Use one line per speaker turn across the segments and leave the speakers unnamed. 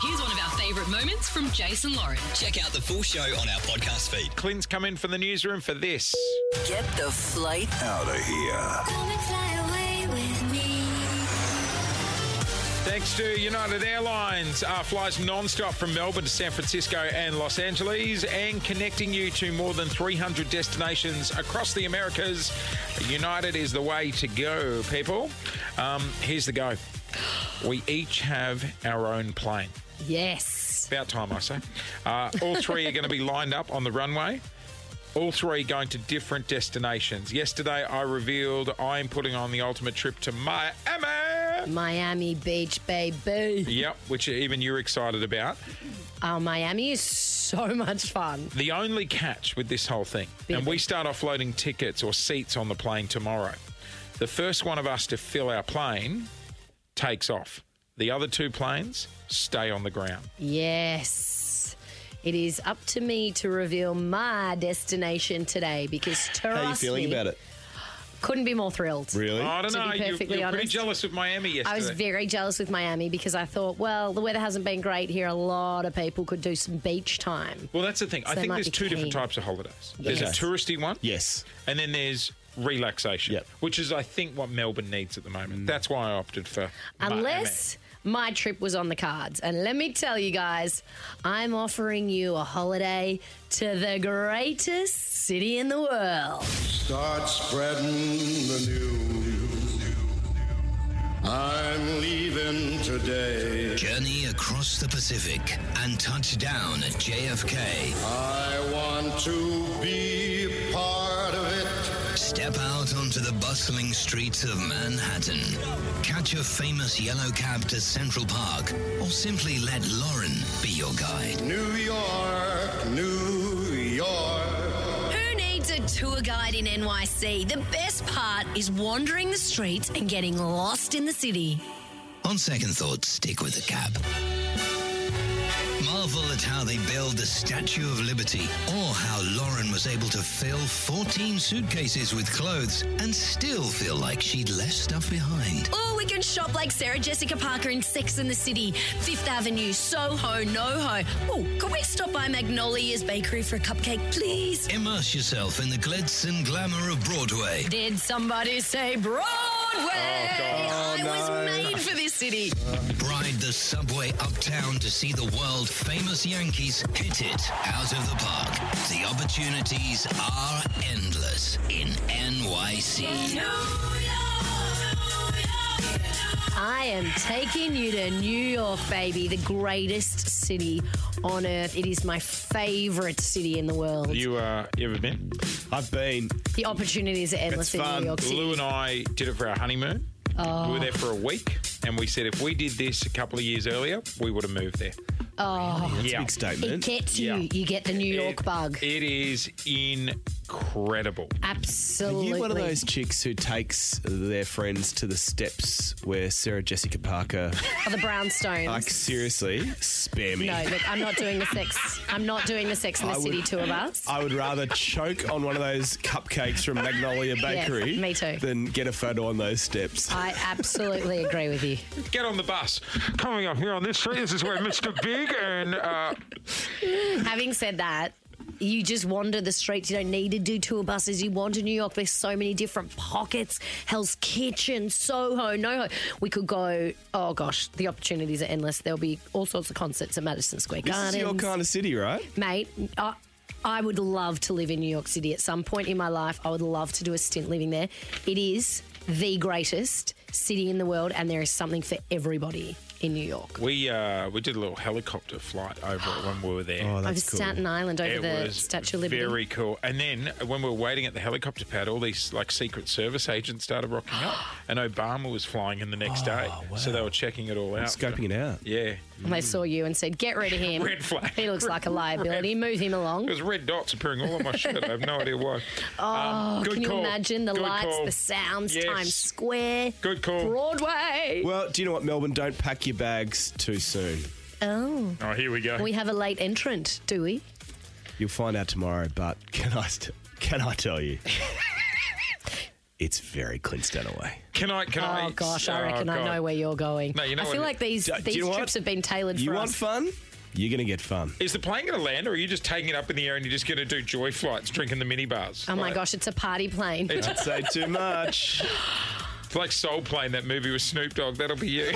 Here's one of our favourite moments from Jason Lauren.
Check out the full show on our podcast feed.
Clint's come in from the newsroom for this.
Get the flight
Out of here.
Thanks to United Airlines, uh, flies non-stop from Melbourne to San Francisco and Los Angeles, and connecting you to more than 300 destinations across the Americas. United is the way to go, people. Um, here's the go. We each have our own plane.
Yes.
About time, I say. Uh, all three are going to be lined up on the runway. All three going to different destinations. Yesterday, I revealed I am putting on the ultimate trip to Miami.
Miami Beach, baby.
Yep, which even you're excited about.
Oh, Miami is so much fun.
The only catch with this whole thing,
Bit
and
of
we
a-
start offloading tickets or seats on the plane tomorrow. The first one of us to fill our plane takes off. The other two planes stay on the ground.
Yes. It is up to me to reveal my destination today because trust
How are you feeling
me,
about it?
couldn't be more thrilled.
Really?
I don't
To be
know. you-
perfectly
you're pretty
honest,
jealous of Miami yesterday.
I was very jealous with Miami because I thought, well, the weather hasn't been great here. A lot of people could do some beach time.
Well, that's the thing. I
they
think
might
there's
be
two different
keen.
types of holidays. There's a
Yes.
touristy one,
Yes.
and then there's relaxation,
Yep. Mm.
which is, I think, what Melbourne needs at the moment. That's why I opted for. Miami.
Unless my trip was on the cards. And let me tell you guys, I'm offering you a holiday to the greatest city in the world.
Start spreading the news. I'm leaving today.
Journey across the Pacific and touch down at JFK.
I want to be part of it.
Step out onto the bustling streets of Manhattan. Catch a famous yellow cab to Central Park, or simply let Lauren be your guide.
New York, New York.
Who needs a tour guide in NYC? The best part is wandering the streets and getting lost in the city.
On second thought, stick with the cab. Marvel at how they build the Statue of Liberty, or how Lauren was able to fill 14 suitcases with clothes and still feel like she'd left stuff behind.
Or we can shop like Sarah Jessica Parker in Sex and the City, Fifth Avenue, Soho, NoHo. Oh, could we stop by Magnolia's Bakery for a cupcake, please?
Immerse yourself in the glitz and glamour of Broadway.
Did somebody say Broadway?
Oh,
I was made for this city.
Ride the subway uptown to see the world famous Yankees hit it out of the park. The opportunities are endless in NYC.
I am taking you to New York, baby, the greatest city on earth. It is my favorite city in the world.
You, uh, you ever been?
I've been.
the opportunities are endless
It's
in
fun.
New York City.
Lou and I did it for our honeymoon.
Oh.
We were there for a week, and we said if we did this a couple of years earlier, we would have moved there. Oh,
That's
yeah.
a big
It
statement.
gets
Yeah.
you. You get the New York
It-
bug.
It is incredible.
Are
Absolutely.
you one of those chicks who takes their friends to the steps where Sarah Jessica Parker,
Oh, the brownstones?
like seriously, spare me?
no, look, I'm not doing the sex. I'm not doing the Sex in the
I would-
City tour bus.
I would rather choke on one of those cupcakes from Magnolia Bakery
me too.
than get a photo on those steps.
I absolutely agree with you.
Get on the bus. Coming up here on this street, this is where Mr. Big and uh,
Having said that, you just wander the streets. You don't need to do tour buses. You wander New York. There's so many different pockets. Hell's Kitchen, Soho, NoHo. We could go. Oh gosh, the opportunities are endless. There'll be all sorts of concerts at Madison Square
This
Gardens.
is your kind of city, right?
Mate, I, I would love to live in New York City at some point in my life. I would love to do a stint living there. It is the greatest city in the world, and there is something for everybody in New York.
we uh, we did a little helicopter flight over it when we were there.
Oh,
Over Staten Island, over
it
the
was
Statue of Liberty.
very cool. And then when we were waiting at the helicopter pad, all these like Secret Service agents started rocking up, and Obama was flying in the next day, so they were checking it all out,
Oh, Scoping it out.
Yeah,
And they saw you and said, "Get rid of him.
Red flag.
He looks like a liability. Move him along."
There's red dots appearing all on my shirt. I have no idea why. Oh, good
Can you
call.
imagine the
Good
lights,
call.
the sounds,
Yes.
Times Square,
Good call.
Broadway?
Well, do you know what, Melbourne? Don't pack your bags too soon.
Oh,
Oh, here we go.
we have a late entrant, do we?
You'll find out tomorrow, but can I, st- can I tell you? it's very Clint Stanaway.
Can I? Can I?
Oh gosh, I
oh,
reckon I
God.
know where you're going.
No, you know
I
what
feel
it-
like these
Do- do
these
you know what?
trips have been tailored
You
for
want
us.
fun? You're going to get fun.
Is the plane going to land, or are you just taking it up in the air and you're just going to do joy flights, drinking the mini bars?
Oh my
Like-
gosh, it's a party plane.
Don't say too much.
It's like Soul Plane, that movie with Snoop Dogg. That'll be you.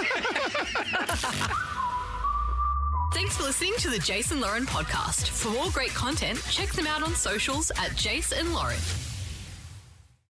Thanks for listening to the Jason Lauren podcast. For more great content, check them out on socials at Jason Lauren.